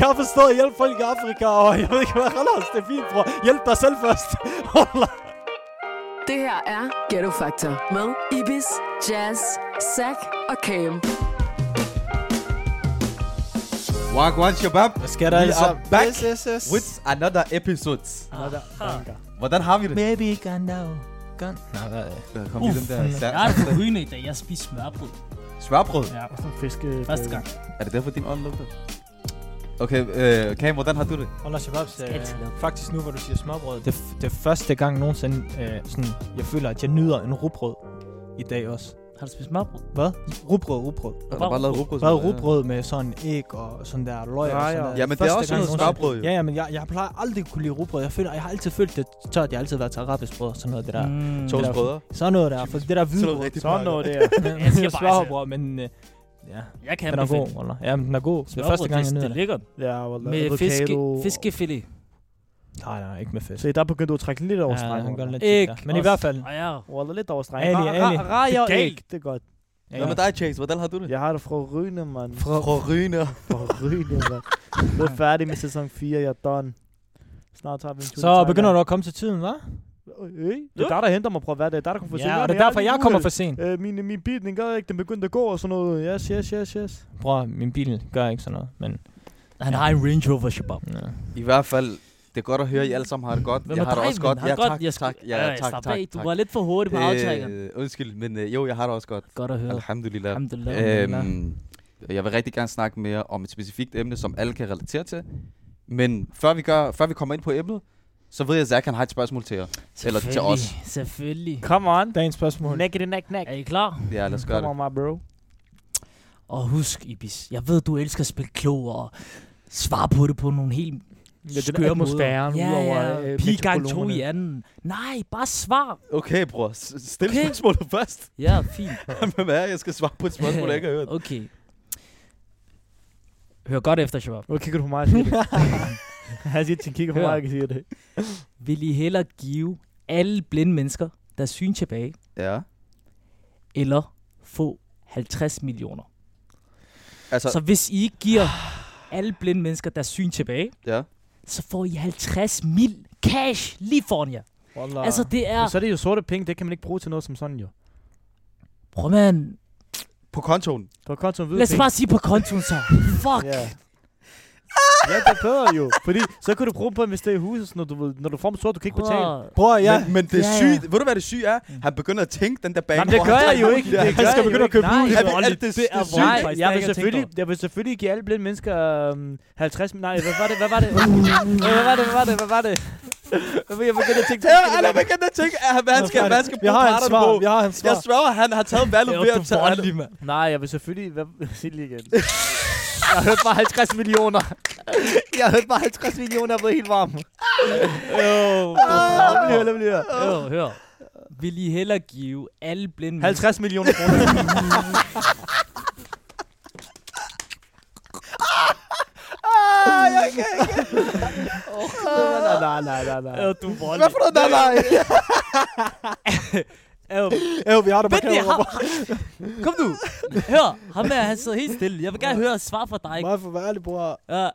jeg har forstået, hjælp folk i Afrika, og jeg ved ikke, hvad ellers. Det er fint, bror. Hjælp dig selv først. Det her er Ghetto Factor med Ibis, Jazz, Zack og Cam. Wagwan Shabab. Hvad skal der We altså? are back Yes, yes, yes. with another episode. Hvordan har vi det? Baby gun now. Gun. Nå, der er- kom Uff, lige den der sær- Jeg er på Rygende i dag, jeg spiser smørbrød. smørbrød. Ja, Sådan en fiske... første gang. Er det derfor, din ånd lugter? Okay, øh, Cam, hvordan har du det? Under Shababs, øh, Altid noget. faktisk nu, hvor du siger smørbrød, det, f- det er første gang nogensinde, øh, sådan, jeg føler, at jeg nyder en rugbrød i dag også. Har du spist smørbrød? Hvad? Rugbrød, rugbrød. Har du bare lavet rugbrød? Bare rugbrød med sådan æg og sådan der løg og sådan der. Ja, men det er Første også gang noget nogensinde. smørbrød, jo. Ja, ja, men jeg, jeg plejer aldrig at kunne lide rugbrød. Jeg, føler, jeg har altid følt det tørt. Jeg har altid været til arabisk brød og sådan noget det der. Mm. Mm. Toast brødre. Sådan noget der. For det der hvide brød. Sådan noget der. Jeg siger bare, altså, smørbrød, men øh, ja, jeg kan den er god, Wallah. Ja, men den er god. Det er første gang, jeg nyder det. det. ligger Ja, Wallah. med Avocado. fiske, fiskefilet. Nej, nej, ikke med fisk. Se, der begyndte du at trække lidt over Ja, stregen. han gør Wallah. lidt Æg tit, ja. Men i også. hvert fald, Og jeg Wallah, lidt over Ali, stregen. Ra- ra- Ali. Rejer og Det er æg, galt. det er godt. ja, Hvad med dig, Chase? Hvordan har du det? Jeg har det fra Røne, mand. Fra Ryne. Fra Røne, mand. Nu er jeg færdig med sæson 4, jeg er done. Snart tager vi en tur så begynder du at komme til tiden, hva'? Øh, det er dig, der henter mig på hver dag. Det er dig, der kommer for sent. Ja, og det men er derfor, lidt jeg kommer uheldig. for sent. Øh, min, min bil, den gør ikke, den begyndte at gå og sådan noget. Yes, yes, yes, yes. Bror, min bil gør ikke sådan noget, men... Han har en Range Rover Shabab. Ja. I hvert fald, det er godt at høre, at I alle sammen har det godt. Hvad jeg med har det dig, også mand? godt. Har Ja, du godt? tak, Jeg tak. skal- Ja, Øh, tak, slap tak, af. Du tak. var lidt for hurtig på aftrækkeren. Øh, undskyld, men øh, jo, jeg har det også godt. Godt at høre. Alhamdulillah. Alhamdulillah. Øhm, jeg vil rigtig gerne snakke mere om et specifikt emne, som alle kan relatere til. Men før vi, gør, før vi kommer ind på emnet, så ved jeg, at Zach han har et spørgsmål til jer. eller til os. Selvfølgelig, Selvfølgelig. Come on. Dagens spørgsmål. Neck it, neck, neck. Er I klar? Ja, lad os gøre Come det. on, my bro. Og husk, Ibis, jeg ved, du elsker at spille klog og svare på det på nogle helt Ja, den skøre atmosfæren måder. ud over, ja, ja. øh, Pige gang to metrokolonerne. i anden. Nej, bare svar. Okay, bror. S- Stil Okay. okay. spørgsmålet først. Ja, fint. Hvem er jeg? Jeg skal svare på et spørgsmål, jeg ikke har hørt. Okay. Hør godt efter, Shabab. Nu kigger du på mig og siger det. Han siger, at kigger på Hør. mig og siger det. Vil I hellere give alle blinde mennesker, der er syn tilbage, Ja. eller få 50 millioner? Altså, Så, så hvis I ikke giver alle blinde mennesker, der er syn tilbage, ja. så får I 50 mil cash lige foran jer. Wallah. Altså, det er... Men så er det jo sorte penge, det kan man ikke bruge til noget som sådan jo. Prøv, man. På kontoen. Du har kontoen hvide Lad os penge. bare sige på kontoen så. Fuck. Ja. ja, det er bedre jo. Fordi så kan du bruge dem på at investere i huset, når du, ved- når du får dem sort, du kan ikke betale. Bror. Bror, ja. Men, men det Ja, er ja. sygt. Ved du, hvad det syge er? Han begynder at tænke den der bane. Jamen, det gør jeg jo ikke. Det Han gør skal jeg jo begynde at ikke. købe Nej, ud. det Er er det alt det det er syge? vrøvl. Nej, faktisk, jeg der vil, ikke er selvfølgelig, tænkt jeg vil selvfølgelig give alle blinde mennesker øhm, 50... Nej, hvad var det? Hvad var det? Øh, Hvad var det? Hvad var det? Hvad var det? Hvad var det? Jeg begyndte at tænke... Ja, eller man kan da tænke, at han- hvad han skal, hvad han skal Jeg bruge har en parterne svar. på. Jeg har en svar. Jeg sværger, han har taget valget ved at tage alle. mand. Nej, jeg vil selvfølgelig... Hvad? Sig det lige igen. Jeg hørte bare 50 millioner. Jeg hørte bare 50 millioner, jeg blev helt varm. Lad mig høre, lad mig lige høre. Hør, hør. Vil I hellere give alle blinde mennesker... 50 millioner kroner. Nej, nej, nej, nej, nej. Øh, du vold. Hvad for noget, nej, nej. Øh, Jo, vi har det Vent markeret. lige, ham. Kom nu. Hør, ham her, han sidder helt stille. Jeg vil gerne høre et svar fra dig. Meget for at være ærlig, bror. Ja.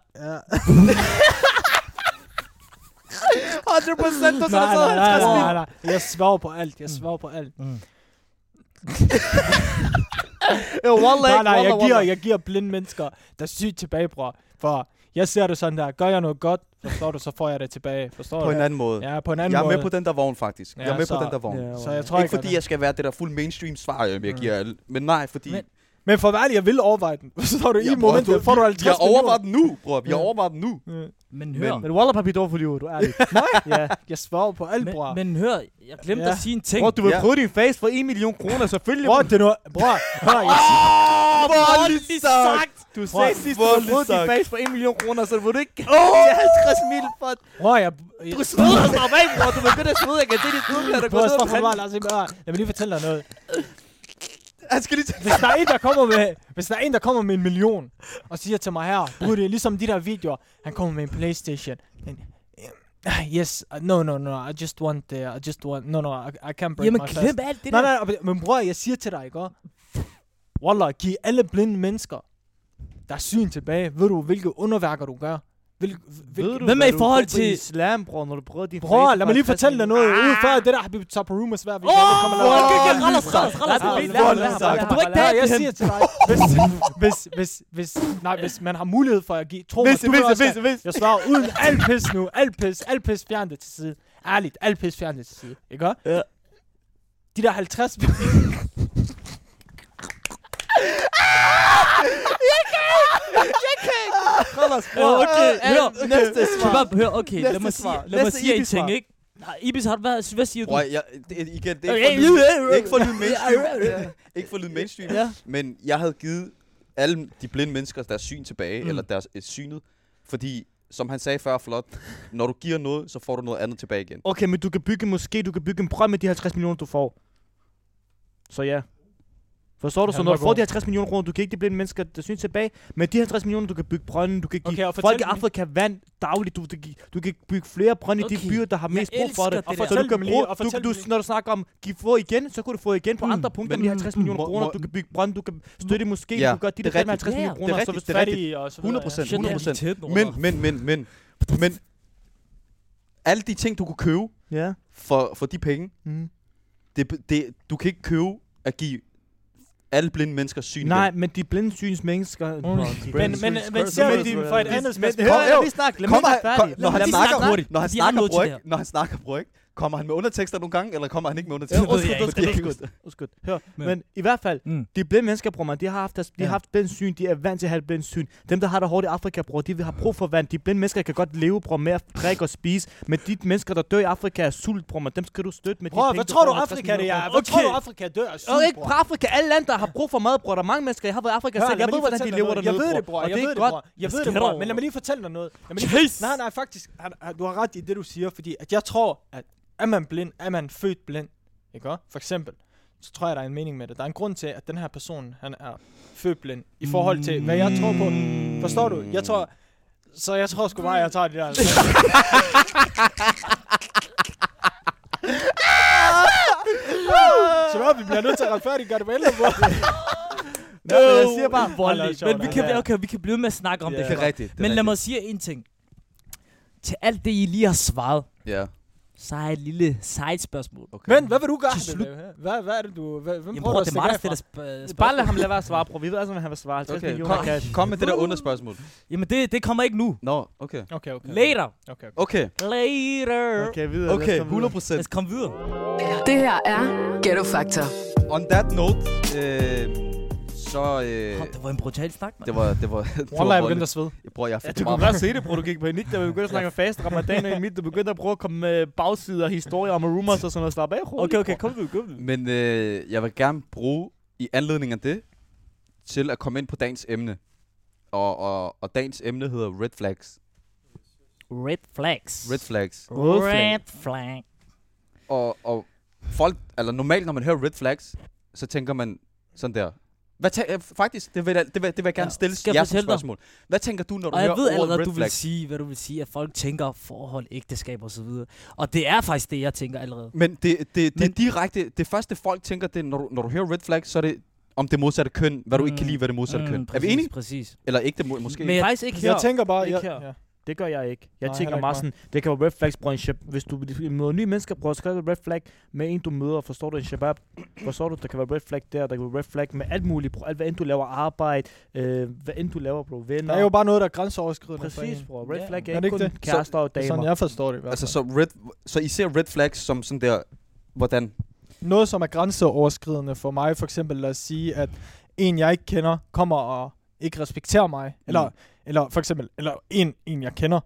100 procent, og så er Nej, nej, der taget nej, 50 mil. nej, nej. Jeg svarer på alt. Jeg svarer på alt. Jo, wallah, Nej, ikke, nej, jeg wallah, giver, wallah. jeg giver blinde mennesker, der er sygt tilbage, bror. For jeg ser det sådan der. Gør jeg noget godt, forstår du, så får jeg det tilbage. Forstår du? På en anden måde. Ja, på en anden Jeg er måde. med på den der vogn, faktisk. Jeg Ja, er med på så- den der vogn. Ja, Så jeg tror Ikke fordi jeg... jeg skal være det der fuld mainstream svar, øhm, jeg giver alle. Men nej, fordi Men- Men for at være ærlig, jeg vil overveje den. Forstår du? I Ja, bror, momentet du- får du 50 jeg overvejer millioner. den nu, bror. Jeg overvejer den nu. Men hør. Men- Men Wallah papir dog for livet, du er ærlig. Nej? Ja. Jeg svarer på alt, bror. Men, men hør, jeg glemte Ja. at sige en ting. Bror, du vil Ja. prøve din face for 1 million kroner, selvfølgelig. Bror, det er noget... Bror, hør, jeg Åh, hvor er det lige Ah, sagt! du bror, sagde sidst, du hvor har prøvet din sagt. face for 1 million kroner, så vil du ikke... Åh! Det er 50 mil for... Bror, jeg... jeg Du sveder dig af, bror. Du begynder at svede. Jeg kan se dit sved, Bror, der går ned stop på for handen. mig, Lars Emil. Hør, Lad mig lige fortælle dig noget. Han skal lige tage... Hvis der er en, der kommer med, hvis der er en, der kommer med en million, og siger til mig her, bror, det er ligesom de der videoer, han kommer med en Playstation. Men, "Ah, Yes, uh, no, no, no, I just want, uh, I just want, no, no, I, I can't break Jamen my fast. glem alt det Nej, der. nej, nej, men bror, jeg siger til dig, ikke? også? Wallah, giv alle blinde mennesker, Der er syn tilbage. Ved du, hvilke underværker du gør? Hvil, Ved du, Hvem er hvad i du forhold gør på til- islam, bror, når du prøver din Bror, lad mig lige Facebook- fortælle dig noget. Ah, Ude før det der, Habib Taparum er svært. Åh, okay, okay, rallers, rallers, Ah, rallers, Lad rallers. mig- lad mig- lad mig- lad mig- Du er ikke altså. lad mig- Nej, jeg derhen. siger til dig, hvis, hvis, hvis, hvis, nej, hvis man har mulighed for at give, tro mig, Hvis, du vil hvis, også hvis, have- hvis. Jeg svarer uden alt pis nu, alt pis, alt pis fjern det til side. Ærligt, alt pis fjern det til side, ikke også? Ja. De der 50... Åh, okay, hør. Næste Kan svar. jeg bare høre, okay, lad Næste mig sige, svar. lad mig Næste sige en Ibis-svar. ting, ikke? Nej, Ibis, har du været, hvad siger du? Bror, jeg, det, igen, det er Okay, ikke for at lyde- ikke for at lyde mainstream. Ja, ikke for at lyde mainstream. Ja. Men jeg havde givet alle de blinde mennesker deres syn tilbage, mm. eller deres øh, synet, fordi, som han sagde før flot, når du giver noget, så får du noget andet tilbage igen. Okay, men du kan bygge måske, du kan bygge en brønd med de 50 millioner, du får. Så ja. Forstår du? Så Han når var du får god. de 50 millioner kroner, du kan ikke det blinde mennesker, der synes tilbage. Men de 50 millioner, du kan bygge brønden, du kan give Okay, og okay, fortæl folk i dem- Afrika vand dagligt. Du, kan give- du kan bygge flere brønde i Okay, de byer, der har jeg mest brug elsker for det. det Og der. så fortæl du kan dem lige, bruge, og du, fortæl du, dem lige. når du snakker om, give få igen, så kan du få igen på Mm, andre punkter men- end de 50 millioner må- kroner. må- Du kan bygge brønde, du kan støtte måske, Ja, du kan gøre de det der er med rigtigt. 50 millioner Det er kroner, så hvis rigtigt, det er fattig Fattige og så videre, 100 procent, Shit, det er 100 procent. tæt nu, Men, men, men, men, men, alle de ting, du kunne købe Ja. for, for de penge, Mm. det, det, du kan ikke købe at give alle blinde mennesker syn Nej, igen. men de blinde syns mennesker... Men, men, men ser vi det fra et andet Men spørgsmål? hør, Kom, jeg jo. vil snakke. Lad mig Kommer snakke han, kom, færdig. når, han lad mig snakke snakker, hurtigt. når han Vi har snakker, noget til bror, det ikke, når han snakker, bror, ikke, kommer han med undertekster nogle gange, eller kommer han ikke med Ja, undertekster? ved undskyld, jeg ikke. undskyld, Det er ikke undskyld, undskyld. Hør, Men- men, i hvert fald, Mm. de blinde mennesker, bror, man, de har haft, deres, de Ja. har haft blind syn, de er vant til at have blind syn. Dem, der har det hårdt i Afrika, bror, de vil have brug for vand. De blinde mennesker kan godt leve, bror, med at drikke og spise, men de mennesker, der dør i Afrika, er sult, bror, man, dem skal du støtte med de Bror, penge, hvad tror du 50 Afrika det millioner er? kroner. Hvad tror Okay. du Afrika dør af Og sult, ikke bror? bare Afrika, alle lande, der har brug for mad, bror. Der er mange mennesker, jeg har været i Afrika Hør, selv. lad Jeg mig ved, lige hvordan de fortælle dig lever noget. dernede, Jeg ved det, bror. bror. Og Jeg det er ved det, godt. bror. Jeg ved Hvad det, sker bror. der Men lad mig lige fortælle dig noget. Lad mig lige Chase! Nej, nej, faktisk. han- han- Du har ret i det, du siger, fordi at jeg tror, at er man blind, er man født blind, ikke også? For eksempel, så tror jeg, der er en mening med det. Der er en grund til, at den her person, han er født blind, i forhold til, hvad jeg tror på. Forstår du? Jeg tror... Så jeg tror sgu bare, jeg tager det der. Så vi bliver nødt til at retfærdiggøre det på ældre, Nå, men jeg siger bare, Hold da, sjovt, Men vi kan, altså. okay, vi kan blive ved med at snakke om Ja. det. Det er rigtigt. det er Men lad rigtigt. mig sige en ting. Til alt det, I lige har svaret, Ja, så har jeg et lille side-spørgsmål. okay. Men hvad vil du gøre? Til slut. Hvad, hvad er det, du... Hvad, hvem Jamen, prøver bror, du det at er mig, der stikke stiller af sp- øh, Bare lad spørgsmål. ham lade være at svare, bror. Vi ved altså, hvad han vil svare. 50 Okay, millioner cash. kom, kom med det der underspørgsmål. Jamen, det, det kommer ikke nu. Nå, okay. fra? Okay, okay. Later. Okay, okay. Okay, Later. Okay, videre. okay, Lad os komme videre. 100 procent. Lad os komme videre. Det her er Ghetto Factor. On that note, øh, så... Øh, Hold, det var en brutal snak, mand. det var... Det var det Wallah, jeg var begyndte at svede. Jeg bror, jeg Ja, fik du meget- kunne godt se det, bro. Du gik på panik, da vi begyndte at snakke om fast ramadan og midt. Du begyndte at prøve at komme med bagsider, historier om rumors og sådan noget. Slap af, roligt, Okay, okay, bror. kom nu, kom nu. Men øh, jeg vil gerne bruge, i anledning af det, til at komme ind på dagens emne. Og, og, og dagens emne hedder Red Flags. Red flags. Red Flags. Røde flag. Red flag. Og, og folk, eller normalt, når man hører Red Flags, så tænker man sådan der. Hvad tæ- øh, faktisk, det vil, jeg, det, vil, det vil jeg gerne Ja, stille skal jeg jer som fortælle dig? spørgsmål. Hvad tænker du, når du Og jeg hører ved ordet allerede, Red du vil Flags? sige, hvad du vil sige, at folk tænker forhold, ægteskab og så videre. Og det er faktisk det, jeg tænker allerede. Men det, det, det, Men- det direkte, det første folk tænker, det, er, når, du, når du hører red flag, så er det om det modsatte køn, hvad du ikke kan Mm. lide, hvad det modsatte køn. Er vi præcis, enige? præcis. Eller ikke det mo- måske? Men ikke. jeg- Faktisk ikke her. Jeg tænker bare... Ikke Jeg, her. ja. Det gør jeg ikke. Jeg Nej, tænker heller meget ikke sådan, det kan være red flags, bror. En shab- Hvis du møder nye mennesker, bror, så kan det være red flag med en, du møder. Forstår du en shabab? Forstår du, der kan være red flag der, der kan være red flag med alt muligt, bror. Alt, hvad end du laver arbejde, øh, hvad end du laver, bro. Venner. Der er jo bare noget, der er grænseoverskridende. for Præcis, en. bror. Red Ja, flag er er det ikke ikke kun det? kærester og Det er sådan, damer. jeg forstår det i hvert altså, fald. så, red, så I ser red flags som sådan der, hvordan? Noget, som er grænseoverskridende for mig, for eksempel lad os sige, at en, jeg ikke kender, kommer og ikke respekterer mig. Eller, Mm. eller for eksempel, eller en, en jeg kender,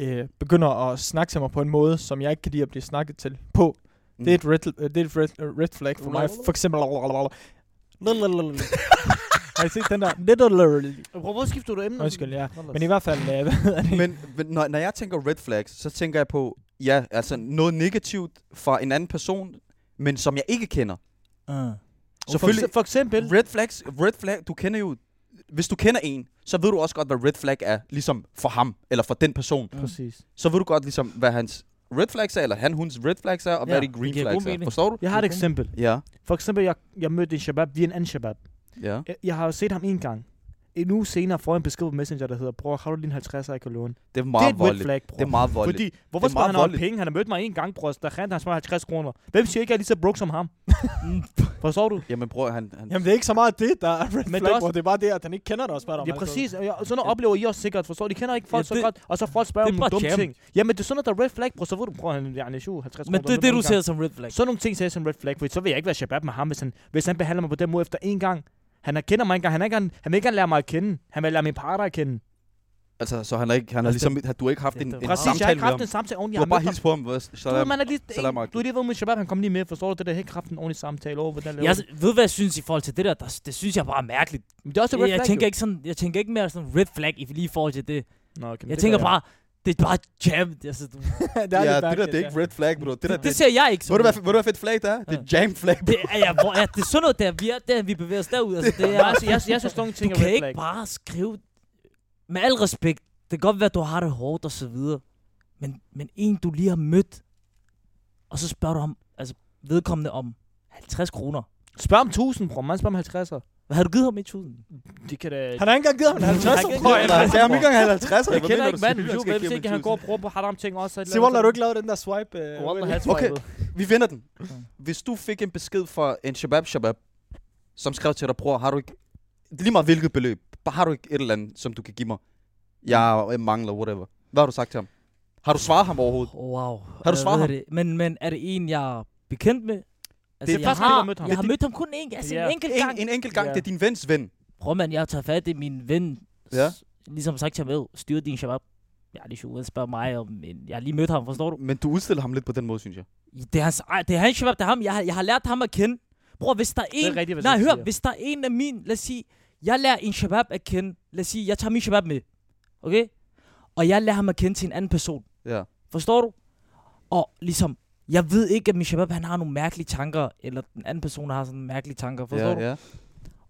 øh, begynder at snakke til mig på en måde, som jeg ikke kan lide at blive snakket til på. Mm. Det er et red, øh, det er et red, øh, red flag for mig. For eksempel... Har I set den der? Bror, hvor skifter du emne? Undskyld, ja. Men i hvert fald, øh, hvad er det? Men, men når, når jeg tænker red flags, så tænker jeg på, ja, altså noget negativt fra en anden person, men som jeg ikke kender. Uh. Selvfølgelig, For eksempel, red flags, red flag, du kender jo, hvis du kender en, så ved du også godt, hvad red flag er, ligesom for ham, eller for den person. Præcis. så ved du godt ligesom, hvad hans red flags er, eller han, hunds red flags er, og Ja, hvad de green det giver flags god er. mening. Forstår du? Jeg har et eksempel. Ja, For eksempel, jeg, jeg mødte en shabab via en anden shabab. ja. Jeg, jeg har jo set ham en gang. en uge senere får jeg en besked på Messenger, der hedder, bror, har du lige en 50 jeg kan låne? Det Det er er meget et red voldeligt. flag, bror. Det er meget voldeligt. Fordi, hvorfor Det er skal meget han have voldeligt. penge? Han har mødt mig en gang, bror. Der rent han smart 50 kroner. Hvem siger ikke, at jeg er lige så broke som ham? Forstår du? Jamen bror, han, han Jamen, det er ikke så meget det, der er red det er flag, det, også- det er bare det, at han ikke kender dig og spørger dig om Ja, alt præcis. Og jeg- og sådan noget oplever I også sikkert, forstår du? De kender ikke folk Ja, det- så godt, og så folk spørger det er om bare nogle dumme jam. ting. Jamen, det er sådan noget, der er red flag, bror. Så ved du, bror, han er 50 kroner. Men det er det, ved man du ikke ser som red flag. Sådan nogle ting ser jeg som red flag, fordi så vil jeg ikke være shabab med ham, hvis han, hvis han behandler mig på den måde efter en gang. Han erkender mig engang. Han, er ikke, han, han vil ikke gerne lære mig at kende. Han vil lære min partner at kende. Altså, så han har ikke, han har Altså, ligesom, har du ikke haft Ja, en, det- en Præcis, jeg har samtale ikke med ham? haft en samtale ordentligt. Du Jeg har bare har mødt ham. hilst på ham. hvor- Så Du ved, man er lige, salam en, du er lige ved med shabab, han kom lige med, forstår du det der helt kraften ordentlig samtale over, hvordan laver Jeg du ved, du, hvad jeg synes i forhold til det der? der det synes jeg bare er mærkeligt. det? Men det er også et red jeg, flag, tænker jo. ikke sådan, jeg tænker ikke mere sådan red flag i lige i forhold til det. Nå, okay, men jeg det tænker gør bare, det er bare jam. Altså, du, det, sådan noget. Ja, lidt det der, mærkeligt, det er ikke red flag, bro. Det der, det det, ser jeg ikke ved som. du, hvad, ved du, hvad fedt flag det er? Det er jam flag, bro. det er, ja, hvor, ja, det er sådan noget, der vi, er, der vi bevæger os derud. Altså, det Ja, er, altså, jeg, jeg synes, nogle ting du er kan red ikke flag. bare skrive... Med al respekt, det kan godt være, at du har det hårdt og så videre. Men, men en, du lige har mødt, og så spørger du om, altså vedkommende om 50 kroner. Spørg om 1000, bror. Man spørger om 50'er. Hvad har du givet ham i 1000? Det kan da... Han har ikke engang givet ham en 50 Han kan kroner. ikke- Det er ham ikke engang 50. Jeg kender ikke manden, jo, men hvis ikke han går og bruger på haram ting også. så er det Se, noget, Wallah, så- har du ikke lavet den der swipe? øh, Wallah, Wallah? han Okay. swipede. Vi vinder den. Hvis du fik en besked fra en shabab shabab, som skrev til dig, bror, har du ikke... Det er lige meget hvilket beløb. Bare har du ikke et eller andet, som du kan give mig? Jeg jeg mangler, whatever. Hvad har du sagt til ham? Har du svaret ham overhovedet? Wow. Har du Øh, svaret hvad hedder Det? Men, men er det en, jeg er bekendt med? Altså, Det er første gang, jeg har mødt ham. Jeg har Det- mødt ham kun en, altså Ja. en enkelt gang. En, en enkelt gang, Ja. det er din vens ven. Prøv mand, jeg har taget fat i min ven. Ja. s- Ligesom sagt til ham, "Øh, styr din shabab. Jeg har lige ude og spørge mig om en. Jeg har lige mødt ham, forstår du? Men du udstiller ham lidt på den måde, synes jeg. Det er hans, ej, det er hans shabab, det er ham. Jeg har, jeg har lært ham at kende. Bror, hvis der er en... Det er rigtigt, hvad nej, du hør, siger. hvis der er en af min... Lad os sige, jeg lærer en shabab at kende. Lad os sige, jeg tager min shabab med. Okay? Og jeg lærer ham at kende til en anden person. Ja. Forstår du? Og ligesom, jeg ved ikke, at min shabab, han har nogle mærkelige tanker, eller den anden person har sådan nogle mærkelige tanker, forstår ja, du? ja.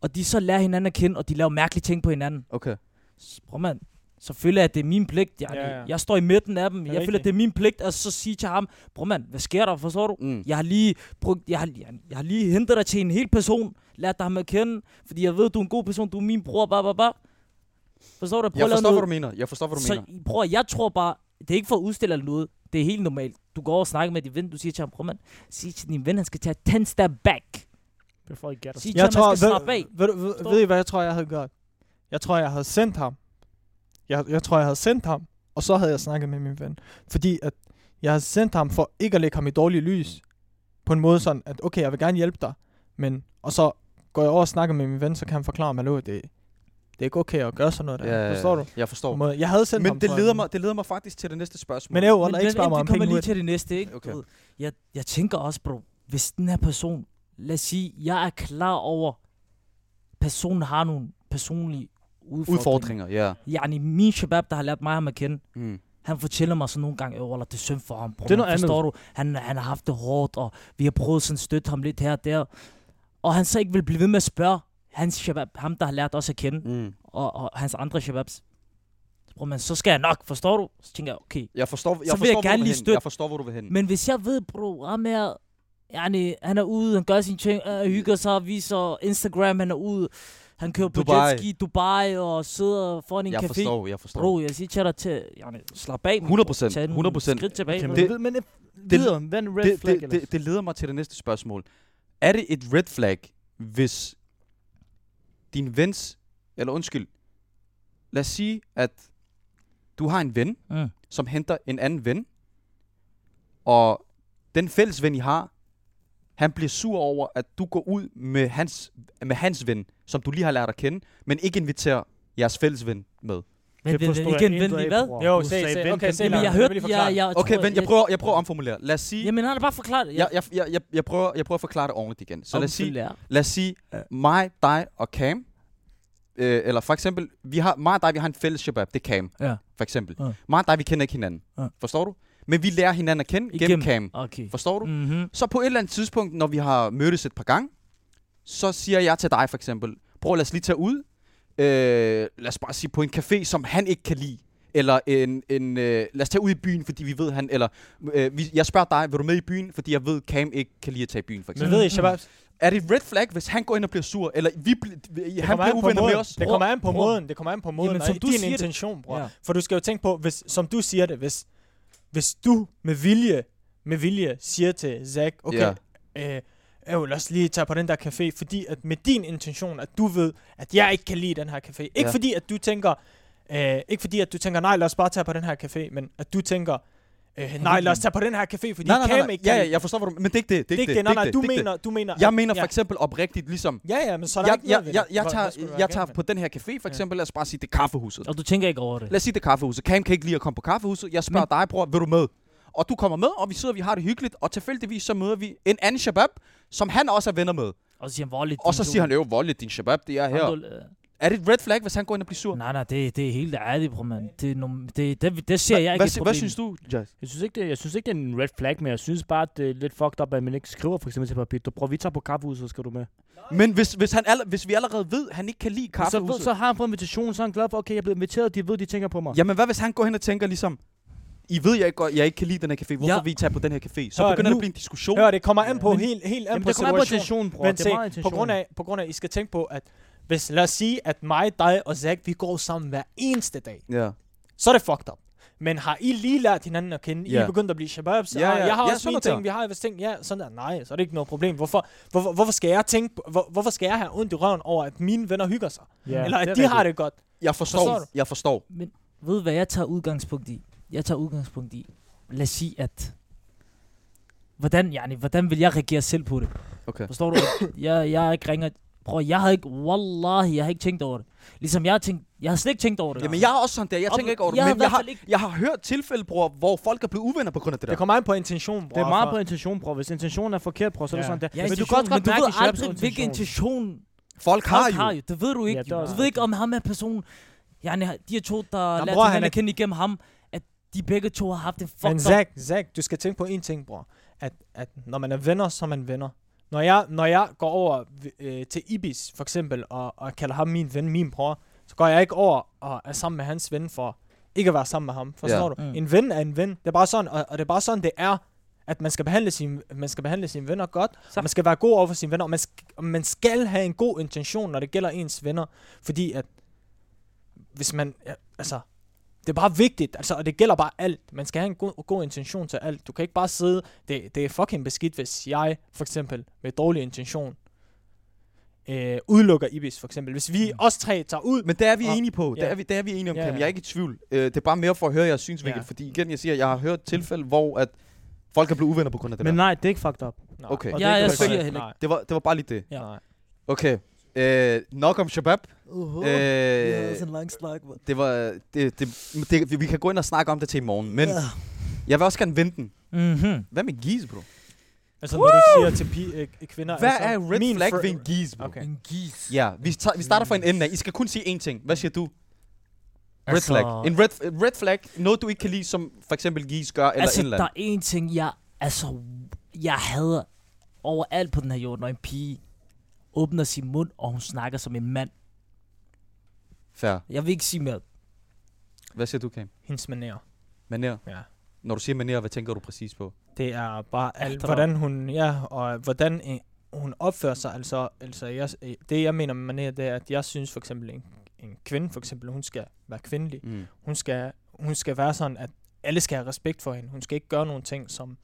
Og de så lærer hinanden at kende, og de laver mærkelige ting på hinanden. Okay. S- Bror mand, selvfølgelig er det min pligt. Jeg, Ja, ja. jeg står i midten af dem. Det er Jeg føler, rigtigt. at det er min pligt at så sige til ham, bror mand, hvad sker der, forstår du? Mm. Jeg har lige brugt, jeg har, jeg, jeg har lige hentet dig til en hel person, lært dig ham at kende, fordi jeg ved, du er en god person, du er min bror, bare, bare, bare. Forstår du? Prøv Jeg at lave forstår, noget- hvad du mener. Jeg forstår, hvad du så, mener. Bror, jeg tror bare, det er ikke for at udstille eller noget. Det er helt normalt. Du går over og snakker med din ven, du siger til ham, bror mand, sig til din ven, han skal tage 10 step back. Before I get us. Sig til Jeg ham, tror, han skal slappe af. ved, ved, du- ved, Forstår ved I, hvad jeg tror, jeg havde gjort? Jeg tror, jeg havde sendt ham. Jeg, jeg tror, jeg havde sendt ham, og så havde jeg snakket med min ven. Fordi at jeg havde sendt ham for ikke at lægge ham i dårlig lys. På en måde sådan, at okay, jeg vil gerne hjælpe dig, men... Og så går jeg over og snakker med min ven, så kan han forklare mig, at det, det er ikke okay at gøre sådan noget der. Forstår du? Jeg På forstår. en måde. Jeg havde sendt ham, Men det tror jeg. leder, mig, det leder mig faktisk til det næste spørgsmål. Men jeg Men, var men ikke spørge mig om inden vi kommer penge lige ud. til det næste, ikke? Okay. Okay. Jeg, jeg tænker også, bro, hvis den her person, lad os sige, jeg er klar over, personen har nogle personlige udfordringer. Udfordringer, ja. Yani, min shabab, der har lært mig ham at kende, Mm. han fortæller mig så nogle gange, at det er synd for ham. Bro. Det er noget forstår du? Han, han har haft det hårdt, og vi har prøvet sådan at støtte ham lidt her og der. Og han så ikke vil blive ved med at spørge hans shabab, ham der har lært os at kende, Mm. og, og hans andre shababs. Bro, men så skal jeg nok, forstår du? Så tænker jeg, okay. Jeg forstår, jeg Så vil forstår, jeg hvor du gerne vil lige hen. støtte- Jeg forstår, hvor du vil hen. Men hvis jeg ved, bro, ham her, yani, han er ude, han gør sine ting, øh, hygger sig, viser Instagram, han er ude, han kører på Dubai. jetski, i Dubai, og sidder foran en jeg café. forstår, jeg forstår. Bro, jeg siger til dig til, yani, slap af. 100%, Tag nogle 100%. Skridt tilbage. Okay, men, bro. det, men det, videre, hvad er en red det, flag? det, det, det leder mig til det næste spørgsmål. Er det et red flag, hvis din vens, eller undskyld, lad os sige, at du har en ven, Mm. som henter en anden ven, og den fælles ven, I har, han bliver sur over, at du går ud med hans, med hans ven, som du lige har lært at kende, men ikke inviterer jeres fælles ven med. Men det, det, igen, vent lige, hvad? Jo, se, se, okay, se, Jamen, Lars, jeg vil lige hørte, jeg, forklare. jeg, jeg Okay, tror, vent, jeg prøver, jeg prøver at omformulere. Lad os sige, Jamen, han har bare forklaret det. jeg, jeg, jeg, jeg, jeg, prøver, jeg prøver at forklare det ordentligt igen. Så lad os sige, Undskyld, ja. Lad os sige, mig, dig og Cam. Øh, eller for eksempel, vi har, mig og dig, vi har en fælles shabab, det er Cam, Ja. for eksempel. Ja. Mig og dig, vi kender ikke hinanden. Ja. Forstår du? Men vi lærer hinanden at kende gennem, Cam. Igennem. Okay. Forstår du? Mm. Mm-hmm. Så på et eller andet tidspunkt, når vi har mødtes et par gange, så siger jeg til dig for eksempel, bror, lad os lige tage ud. Øh, lad os bare sige på en café, som han ikke kan lide. Eller en, en øh, lad os tage ud i byen, fordi vi ved han, eller øh, vi, jeg spørger dig, vil du med i byen, fordi jeg ved, Cam ikke kan lide at tage i byen, for Men eksempel. ved I, Shababs, Er det red flag, hvis han går ind og bliver sur, eller vi bl- det han kommer bliver an på uvenner med måden. os? Det kommer an på Bror. måden. Det kommer an på måden. Jamen, og som du din siger det. intention, bror. Ja. For du skal jo tænke på, hvis, som du siger det, hvis, hvis du med vilje, med vilje siger til Zack, okay, øh, øh, lad os lige tage på den der café, fordi at med din intention, at du ved, at jeg ikke kan lide den her café. Ikke Ja. fordi, at du tænker, øh, ikke fordi, at du tænker, nej, lad os bare tage på den her café, men at du tænker, øh, nej, lad os tage på den her café, fordi Nej, nej, nej, Cam nej. ikke kan Ja, lide ja, jeg forstår, hvad du Men det er ikke det. Det det er er ikke ikke det. Nej, det er nej, ikke du det, det er ikke mener, du mener... det. Jeg mener for ja. eksempel oprigtigt, ligesom... Ja, ja, men så er der Jeg, ikke noget jeg, ved jeg, det. jeg, Hvor- hvor tager, skulle det være jeg galt tager med på den her café, for eksempel, lad os bare sige, det er kaffehuset. Og du tænker ikke over det. Lad os sige, det er kaffehuset. Cam kan ikke lide at komme på kaffehuset. Jeg spørger dig, bror, vil du med? Og du kommer med, og vi sidder, vi har det hyggeligt, og tilfældigvis så møder vi en anden shabab, som han også er venner med. Og så siger han, hvor er lidt Og så din siger han, sol? jo, voldeligt din shabab, det er Ham, her. du- øh, Er det et red flag, hvis han går ind og bliver sur? Nej, nej, det, det er helt ærligt, bror, mand. Det, er nom- det, det, det ser jeg ikke Hvad, et sy- hvad problem. synes du, Jazz? Jeg synes, ikke, det, jeg synes ikke, det er en red flag, men jeg synes bare, at det er lidt fucked up, at man ikke skriver for eksempel til papir. Du prøver, vi tager på kaffehuset, så skal du med. Men hvis, hvis, han aller, hvis vi allerede ved, at han ikke kan lide Så, ved- kaffehuset. så har han fået invitation, så er han glad for, okay, jeg er blevet inviteret, de ved, de tænker på mig. Jamen, hvad hvis han går hen og tænker ligesom, I ved, jeg ikke, jeg ikke kan lide den her café. Hvorfor ja. Ja. vi tager på den her café? Så Hør det begynder det nu. at blive en diskussion. Hør, det kommer an Ja, på men- helt, helt an Jamen på det kommer an på situationen. intention, bror. Men det er meget se, på intention. grund, af, på grund af, I skal tænke på, at hvis, lad os sige, at mig, dig og Zack, vi går sammen hver eneste dag, Ja. så er det fucked up. Men har I lige lært hinanden at kende? Yeah. I Ja. er begyndt at blive shababs. Ja, Ja, ja, Jeg har ja, også sådan mine noget der. ting, vi har vist ting. Ja, sådan der. Nej, så er det ikke noget problem. Hvorfor, hvorfor, hvorfor skal jeg tænke, på- hvor, hvorfor skal jeg have ondt i røven over, at mine venner hygger sig? Ja, Ja, Eller at de er har rigtigt. det godt? Jeg forstår. Forstår du? Jeg forstår. Ved du, hvad jeg tager udgangspunkt i? Jeg tager udgangspunkt i, lad os sige, at... Hvordan, yani, hvordan vil jeg reagere selv på det? Okay. Forstår du? At jeg, jeg ikke ringer... Bror, jeg havde ikke... Wallahi, jeg har ikke tænkt over det. Ligesom jeg har tænkt... Jeg har slet ikke tænkt over det. Jamen, jeg er også sådan der. Jeg Og- tænker ikke over det. jeg har men i jeg hvert har, fald ikke- jeg har hørt tilfælde, bror, hvor folk er blevet uvenner på grund af det der. Det kommer an på intention, bror. Det er meget for- på intention, bror. Hvis intentionen er forkert, bror, så er det Ja. sådan der. Ja, men du intention, kan også godt men mærke du ved i Shababs aldrig, hvilken intention folk har Folk jo. har jo, det ved du ikke. det er Ja, også du ved ikke, om ham er person... Ja, de her to, der Nå, lader bror, han hinanden er- at kende igennem ham, at de begge to har haft en Men fucked up... Zack, Zack, du skal tænke på en ting, bror. At, at når man er venner, så er man venner. Når jeg, når jeg går over øh, til Ibis, for eksempel, og, og kalder ham min ven, min bror, så går jeg ikke over og er sammen med hans ven for ikke at være sammen med ham. Forstår Ja. ja. du? Mm. Mm. En ven er en ven. Det er bare sådan, og, og det er bare sådan, det er, at man skal behandle sine, man skal behandle sine venner godt, Så- så. man skal være god over for sine venner, og man, sk- og man skal have en god intention, når det gælder ens venner, fordi at hvis man, ja, altså, det er bare vigtigt, altså, og det gælder bare alt. Man skal have en god, god intention til alt. Du kan ikke bare sidde, det, det er fucking beskidt, hvis jeg, for eksempel, med dårlig intention, øh, udelukker Ibis, for eksempel. Hvis vi mm. os tre tager ud, Men det er vi Og- enige på. Det ja. er vi, det er vi enige om, Ja, Cam. ja. Jeg er ikke i tvivl. Øh, det er bare mere for at høre jeres synsvinkel. Ja. Fordi igen, jeg siger, jeg har hørt tilfælde, hvor at folk er blevet uvenner på grund af det Men der. nej, det er ikke fucked up. nej, Okay. og Ja, det jeg kan du siger godt. heller Nej, Det var, det var bare lige det. Ja. nej. Okay. Øh, nok om Shabab. Uh-huh. Øh, en lang snak, man. det var... Det, det, det, vi- vi kan gå ind og snakke om det til i morgen. Men jeg vil også gerne vente den. Mm-hmm. Hvad med Gies, bro? Altså, når du siger til pige, øh, kvinder... Hvad altså, er red min flag fr- ved en geese, bro? Okay. En gis. Ja, vi, tar, vi starter fra en ende af. I skal kun sige én ting. Hvad siger du? Red Altså- flag. En red, en red flag, noget du ikke kan lide, som for eksempel geese gør, eller altså, en eller der anden. er en ting, jeg, altså, jeg hader overalt på den her jord, når en pige åbner sin mund, og hun snakker som en mand. Fair. Jeg vil ikke sige mere. Hvad siger du, Cam? Hendes manerer. Maner. Ja. Når du siger maner, hvad tænker du præcis på? Det er bare alt, Efter hvordan hun, ja, og hvordan øh, hun opfører sig. Altså, altså jeg, øh, det jeg mener med maner, det er, at jeg synes for eksempel, en, en kvinde for eksempel, hun skal være kvindelig. Mm. Hun skal, hun skal være sådan, at alle skal have respekt for hende. Hun skal ikke gøre nogle ting, som,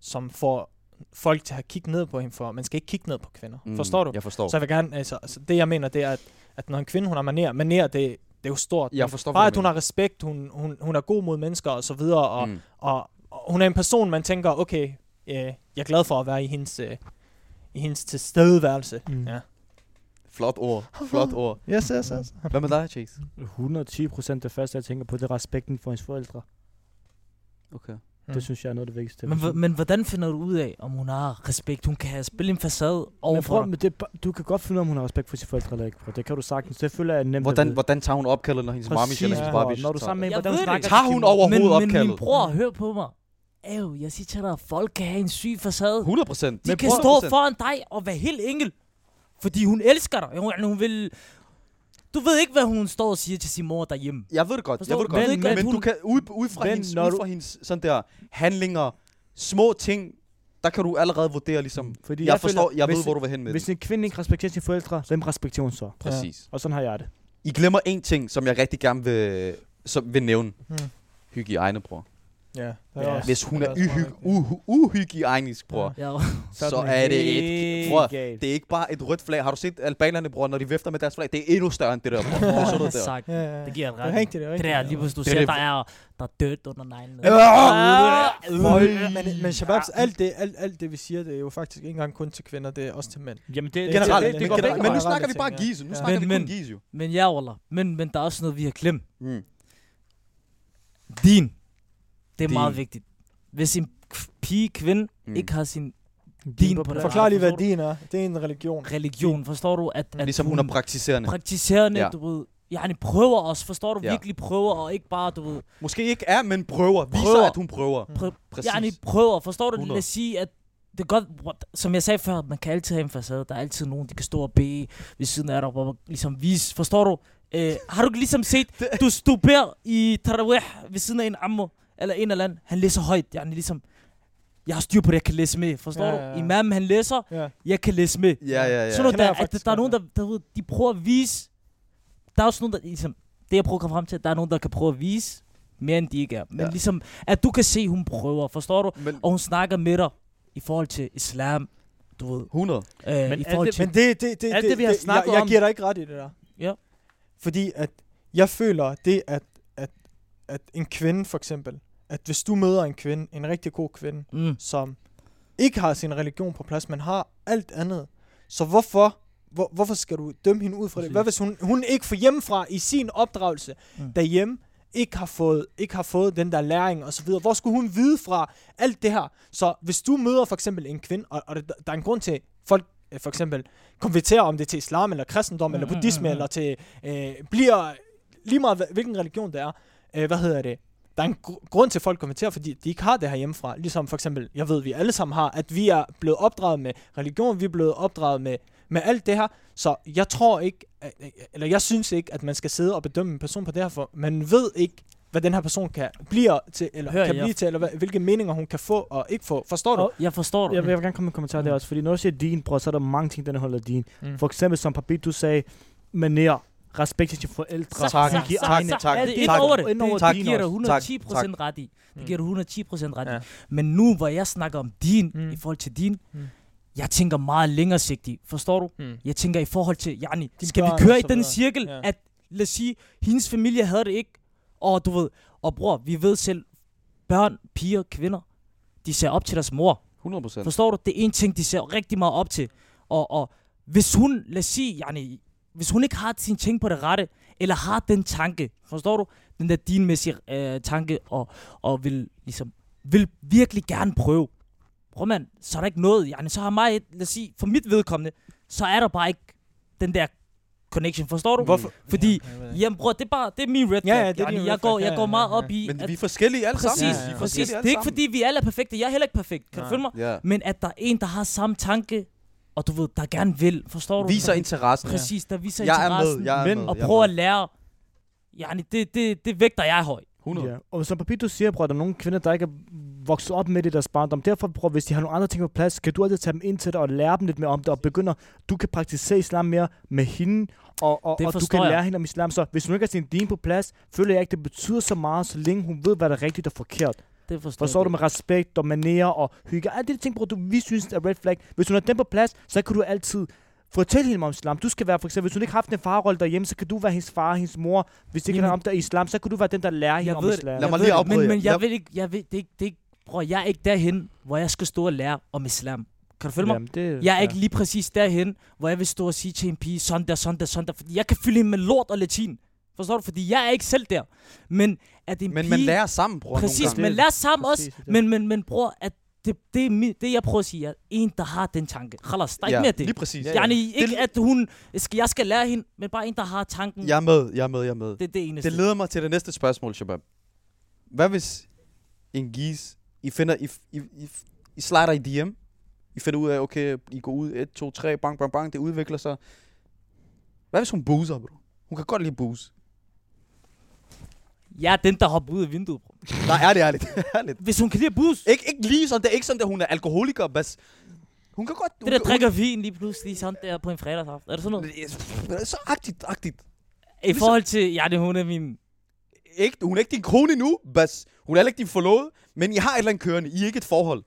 som får folk til at kigge ned på hende for. Man skal ikke kigge ned på kvinder. Mm. Forstår du? Jeg forstår. Så jeg vil gerne, altså, altså det jeg mener, det er, at, at når en kvinde, hun har maner, maner, det, det er jo stort. Jeg Men forstår, hvad Bare du at hun mener. har respekt, hun, hun, hun er god mod mennesker og så videre, og, Mm. og, og hun er en person, man tænker, okay, øh, jeg er glad for at være i hendes, øh, i hendes tilstedeværelse. Mm. Ja. Flot ord. Flot ord. Yes, yes, yes. Hvad med dig, Chase? 110 procent det første, jeg tænker på, det er respekten for hendes forældre. Okay. Mm. Det synes jeg er noget af det vigtigste. Men, hv- men hvordan finder du ud af, om hun har respekt? Hun kan spille en facade Men overfor prøv, dig. men det, er bare- du kan godt finde ud af, om hun har respekt for sine forældre eller ikke, bro. Det kan du sagtens. Selvfølgelig er det nemt Hvordan, at vide. hvordan tager hun opkaldet, når hendes mami eller Præcis, hendes bror. babi? bro. Når du er sammen med en, Jeg hvordan ved det. snakker Tager til hun hende? Men, overhovedet men min opkaldet? bror, hør på mig. Æv, jeg siger til dig, folk kan have en syg facade. 100 procent. De kan stå foran dig og være helt enkel. Fordi hun elsker dig. Hun, hun vil... Du ved ikke, hvad hun står og siger til sin mor derhjemme. Jeg ved det godt, jeg Forstår ved det du? godt. Men- Men, men men, hun- du kan ud, ud fra Men hendes, når ud du- fra hendes sådan der handlinger, små ting, der kan du allerede vurdere ligesom. Fordi Jeg, jeg forstår, føler, jeg hvis, ved, hvor du vil hen med Hvis det. en kvinde ikke respekterer sine forældre, hvem respekterer hun så? Præcis. Og sådan har jeg det. I glemmer en ting, som jeg rigtig gerne vil, som vil nævne. Mm. Hmm. Hygiejne, bror. Ja. Ja. Hvis hun er det er også meget uhyg, uhy, uhygiejnisk, bror, Ja, så er det et... Bror, det er ikke bare et rødt flag. Har du set albanerne, bror, når de vifter med deres flag? Det er endnu større end det der, bror. Hvad så du det der? sagt. Ja, ja, ja. Det giver en Det er ret. rigtigt, det er Det rigtigt. Øh, der, lige pludselig, du Det er ser, det- der er, der er dødt under Øh, neglene. øh, Føj. øh, Men, men shababs, alt det, alt, alt det vi siger, det er jo faktisk ikke engang kun til kvinder, det er også til mænd. Jamen, det, Generelt, det- det- men det- generelt- det- men nu det- snakker vi det- bare det- gis. Nu ja. snakker vi Men- kun men- gis, jo. Men ja, Wallah. Men, men der er også noget, vi har glemt. Mm. Din. Det er Din. din. meget vigtigt. Hvis en k- pige, kvinde, Mm. mm. ikke har sin din på på- det Forklar lige, hvad forstår din er. Det er en religion. du? religion, forstår du? At, at Ligesom hun er praktiserende. praktiserende, Ja. ja. du ved. Ja, han prøver os, forstår du? Ja. Ja. Virkelig prøver, og ikke bare, du ved. Måske ikke er, men prøver. Viser, Prøver. Mm. at hun prøver. Præ- Præcis. ja, han prøver, forstår du? 100. Lad os sige, at det er godt, what, som jeg sagde før, man kan altid have en facade. Der er altid nogen, de kan stå og bede ved siden af dig, hvor man ligesom vise, forstår du? Øh, har du ikke ligesom set, du, du beder i Tarawih ved siden af en ammo, eller en eller anden, han læser højt, jeg er ligesom, jeg har styr på det, jeg kan læse med, forstår Ja, ja, ja, ja, ja. du? Imam, han læser, Ja. jeg kan læse med. Ja, ja, ja. Sådan noget, Kender der, jeg at, faktisk der er godt, nogen, der, der ved, de prøver at vise. Der er også nogen, der ligesom, det jeg prøver at komme frem til, at der er nogen, der kan prøve at vise mere end de ikke er. Men Ja. ja. ligesom, at du kan se, hun prøver, forstår du? Men Og hun snakker med dig i forhold til islam, du ved. 100. Øh, Men i alt forhold det- til, Men det, det, det, Alt det, vi har snakket jeg, jeg om- giver dig ikke ret i det der. Ja. Fordi at jeg føler det, at, at, at en kvinde for eksempel, at hvis du møder en kvinde, en rigtig god kvinde, mm, som ikke har sin religion på plads, men har alt andet, så hvorfor, hvor, hvorfor skal du dømme hende ud fra det? Præcis. Hvad hvis hun, hun ikke får hjemmefra i sin opdragelse mm. Mm. derhjemme, ikke har, fået, ikke har fået den der læring og så videre. Hvor skulle hun vide fra alt det her? Så hvis du møder for eksempel en kvinde, og, og der, der er en grund til, at folk øh, for eksempel konverterer om det er til islam, eller kristendom, mm, eller Mm, mm, buddhisme, mm, mm. eller til, øh, bliver lige meget hva- hvilken religion det er, øh, hvad hedder det, der er en gr- grund til, at folk kommenterer, fordi de ikke har det her hjemmefra. Ligesom for eksempel, jeg ved, vi alle sammen har, at vi er blevet opdraget med religion, vi er blevet opdraget med, med alt det her. Så jeg tror ikke, at, eller jeg synes ikke, at man skal sidde og bedømme en person på det her, for man ved ikke, hvad den her person kan blive til, eller Hør, kan jeg- blive til, eller hvad, hvilke meninger hun kan få og ikke få. Forstår du? og jeg forstår dig. Jeg vil, jeg vil gerne komme med en kommentar der Mm. også, fordi når jeg siger din, bror, så er der mange ting, den holder din. Mm. For eksempel som Papit, du sagde, maner, respekt til sine forældre. Tak, så, tak, så, tak, så, tak, Er det tak. ikke over det? Ind over Det tak, det giver dig også. 110 Tak, tak. procent ret i. Mm. Det giver dig 110 procent ret i. Ja. Men nu, hvor jeg snakker om din, Mm. i forhold til din, Mm. jeg tænker meget længere sigtigt. Forstår du? Mm. Jeg tænker i forhold til, Jani, Din skal vi børn og køre i så den videre. cirkel, Ja. ja. at lad os sige, hendes familie havde det ikke, og du ved, og bror, vi ved selv, børn, piger, kvinder, de ser op til deres mor. 100 procent. Forstår du? Det er en ting, de ser rigtig meget op til. Og, og hvis hun, lad os sige, Jani, hvis hun ikke har sin ting på det rette, eller har den tanke, forstår du? Den der dinmæssige øh, tanke, og, og vil, ligesom, vil virkelig gerne prøve. Bror mand, så er der ikke noget, Jani. Så har mig, lad os sige, for mit vedkommende, så er der bare ikke den der connection, forstår du? Hvorfor? Fordi, Ja, jeg ved det. jamen bror, det er bare, det er min red flag. Ja, ja, det er Jani. din red jeg, flag. går, Ja, jeg ja, går ja, meget ja. op i, Men at vi er forskellige alle Præcis, sammen. ja, Vi ja. er Præcis. forskellige Det alle er ikke sammen. fordi, vi alle er perfekte. Jeg er heller ikke perfekt. Kan Nej. du følge mig? Ja. Men at der er en, der har samme tanke, og du ved, der gerne vil. Forstår du? Viser interessen. Præcis, der viser Jeg er med, interessen. jeg er men- med. og jeg er prøver at med. lære. Yani, det, det, det vægter jeg høj. 100. Ja. Og som Papito siger, bror, der er nogle kvinder, der ikke er vokset op med det i deres barndom. Derfor, bror, hvis de har nogle andre ting på plads, kan du altid tage dem ind til dig og lære dem lidt mere om det, og begynder, du kan praktisere islam mere med hende, og, og, Det og du forstår kan jeg. lære hende om islam. Så hvis hun ikke har sin din på plads, føler jeg ikke, det betyder så meget, så længe hun ved, hvad der er rigtigt og forkert. Det forstår, Forstår du jeg. med respekt og manerer og hygge? Alle de der ting, bror, du, vi synes er red flag. Hvis hun har den på plads, så kan du altid fortælle hende om islam. Du skal være, for eksempel, hvis hun ikke har haft en farrolle derhjemme, så kan du være hendes far og hendes mor. Hvis det ikke er Jamen- om der er islam, så kan du være den, der lærer hende Jeg om ved det. Lad islam. mig Jeg lige ved- afbryde jer. Men, men jeg Jeg- vil ikke, jeg vil, det er ikke, det er ikke, bror, jeg er ikke derhen, hvor jeg skal stå og lære om islam. Kan du følge mig? Jamen, det, Jeg er ikke lige præcis derhen, hvor jeg vil stå og sige til en pige, sådan der, sådan der, sådan der, fordi jeg kan fylde hende med lort og latin. Forstår du? Fordi jeg er ikke selv der. Men at en Men pige... man lærer sammen, bror. nogle Præcis, gange. men Det- lad os sammen præcis, også. det er det. Men, men, men bror, at det, det, er mi, det jeg prøver at sige, er en, der har den tanke. Khalas, der er Ja, ikke mere det. Lige præcis. Ja, ja. Ikke at hun, skal, jeg skal lære hende, men bare en, der har tanken. Jeg er med, jeg er med, jeg er med. Det er det eneste. Det leder mig til det næste spørgsmål, Shabab. Hvad hvis en gis, I finder, I, I, I, I slider i DM, I finder ud af, okay, I går ud, 1, 2, 3, bang, bang, bang, det udvikler sig. Hvad hvis hun boozer, bro? Hun kan godt lide booze. Jeg er den, der hopper ud af vinduet, bro. Nej, ærligt, ærligt. ærligt. Hvis hun kan lide bus, Ikke, ikke lige sådan, det er ikke sådan, at hun er alkoholiker, bas. Hun kan godt... det der drikker vin lige pludselig sådan der på en fredagsaften. Er det sådan noget? drikker... Så agtigt, agtigt. I forhold til, ja, det hun er min... Ikke, hun er ikke din kone nu, bas. Hun er heller ikke din forlovede, men I har et eller andet kørende. I er ikke et forhold.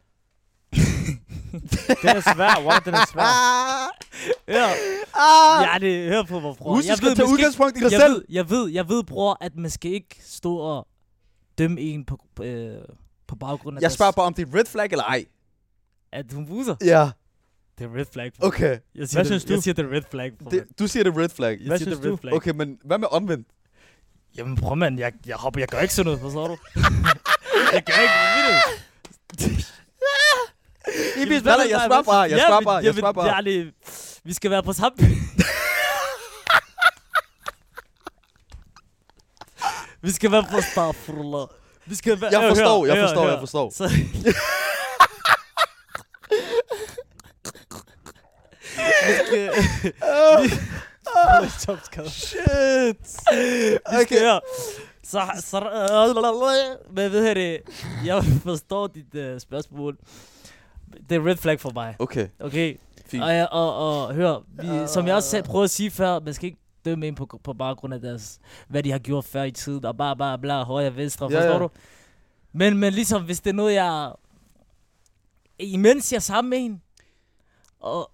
Den er svær, wow, den er svær. Ah, Ja, ah. ja det hør på mig, bror. Husk, du skal tage man skal ikke- udgangspunkt i dig jeg selv. Ved, jeg ved, jeg ved, bror, at man skal ikke stå og dømme en på, på, øh, på baggrund af Jeg deres- spørger bare, om det er red flag eller ej. at hun buser. Ja, Det er red flag. Bro. okay. Jeg Hvad synes du? Jeg siger, det er red flag. Bro. Det, du siger, det er red flag. jeg Hvad siger, det synes er red du? flag. Okay, men hvad med omvendt? Jamen, bror, mand, jeg, jeg hopper, jeg gør ikke sådan noget, forstår du? jeg gør ikke ved det. Ibis, hvad Jeg spørger bare, jeg Ja, spørger men- bare, jeg jamen, spørger det er bare. aldrig- Vi skal være på samme. Vi skal være på Astaghfirullah. Vi skal være... Jeg Hør, forstår, hør, jeg hør, forstår, jeg hør. forstår. Så... Vi skal- Ah. Shit. Vi skal Okay. her. Så, så, men ved her det, jeg forstår dit øh, spørgsmål. Det er red flag for mig, Okay, okay? fint. Ah. Og, ja, og, og hør, vi, som jeg også selv prøvede at sige før, man skal ikke dømme ind på, på baggrund af deres, hvad de har gjort før i tiden, og bare, bare, bla, højre, venstre, Ja, ja, forstår ja. ja. du? Men, men ligesom, hvis det er noget, jeg... Imens jeg er sammen med en, og...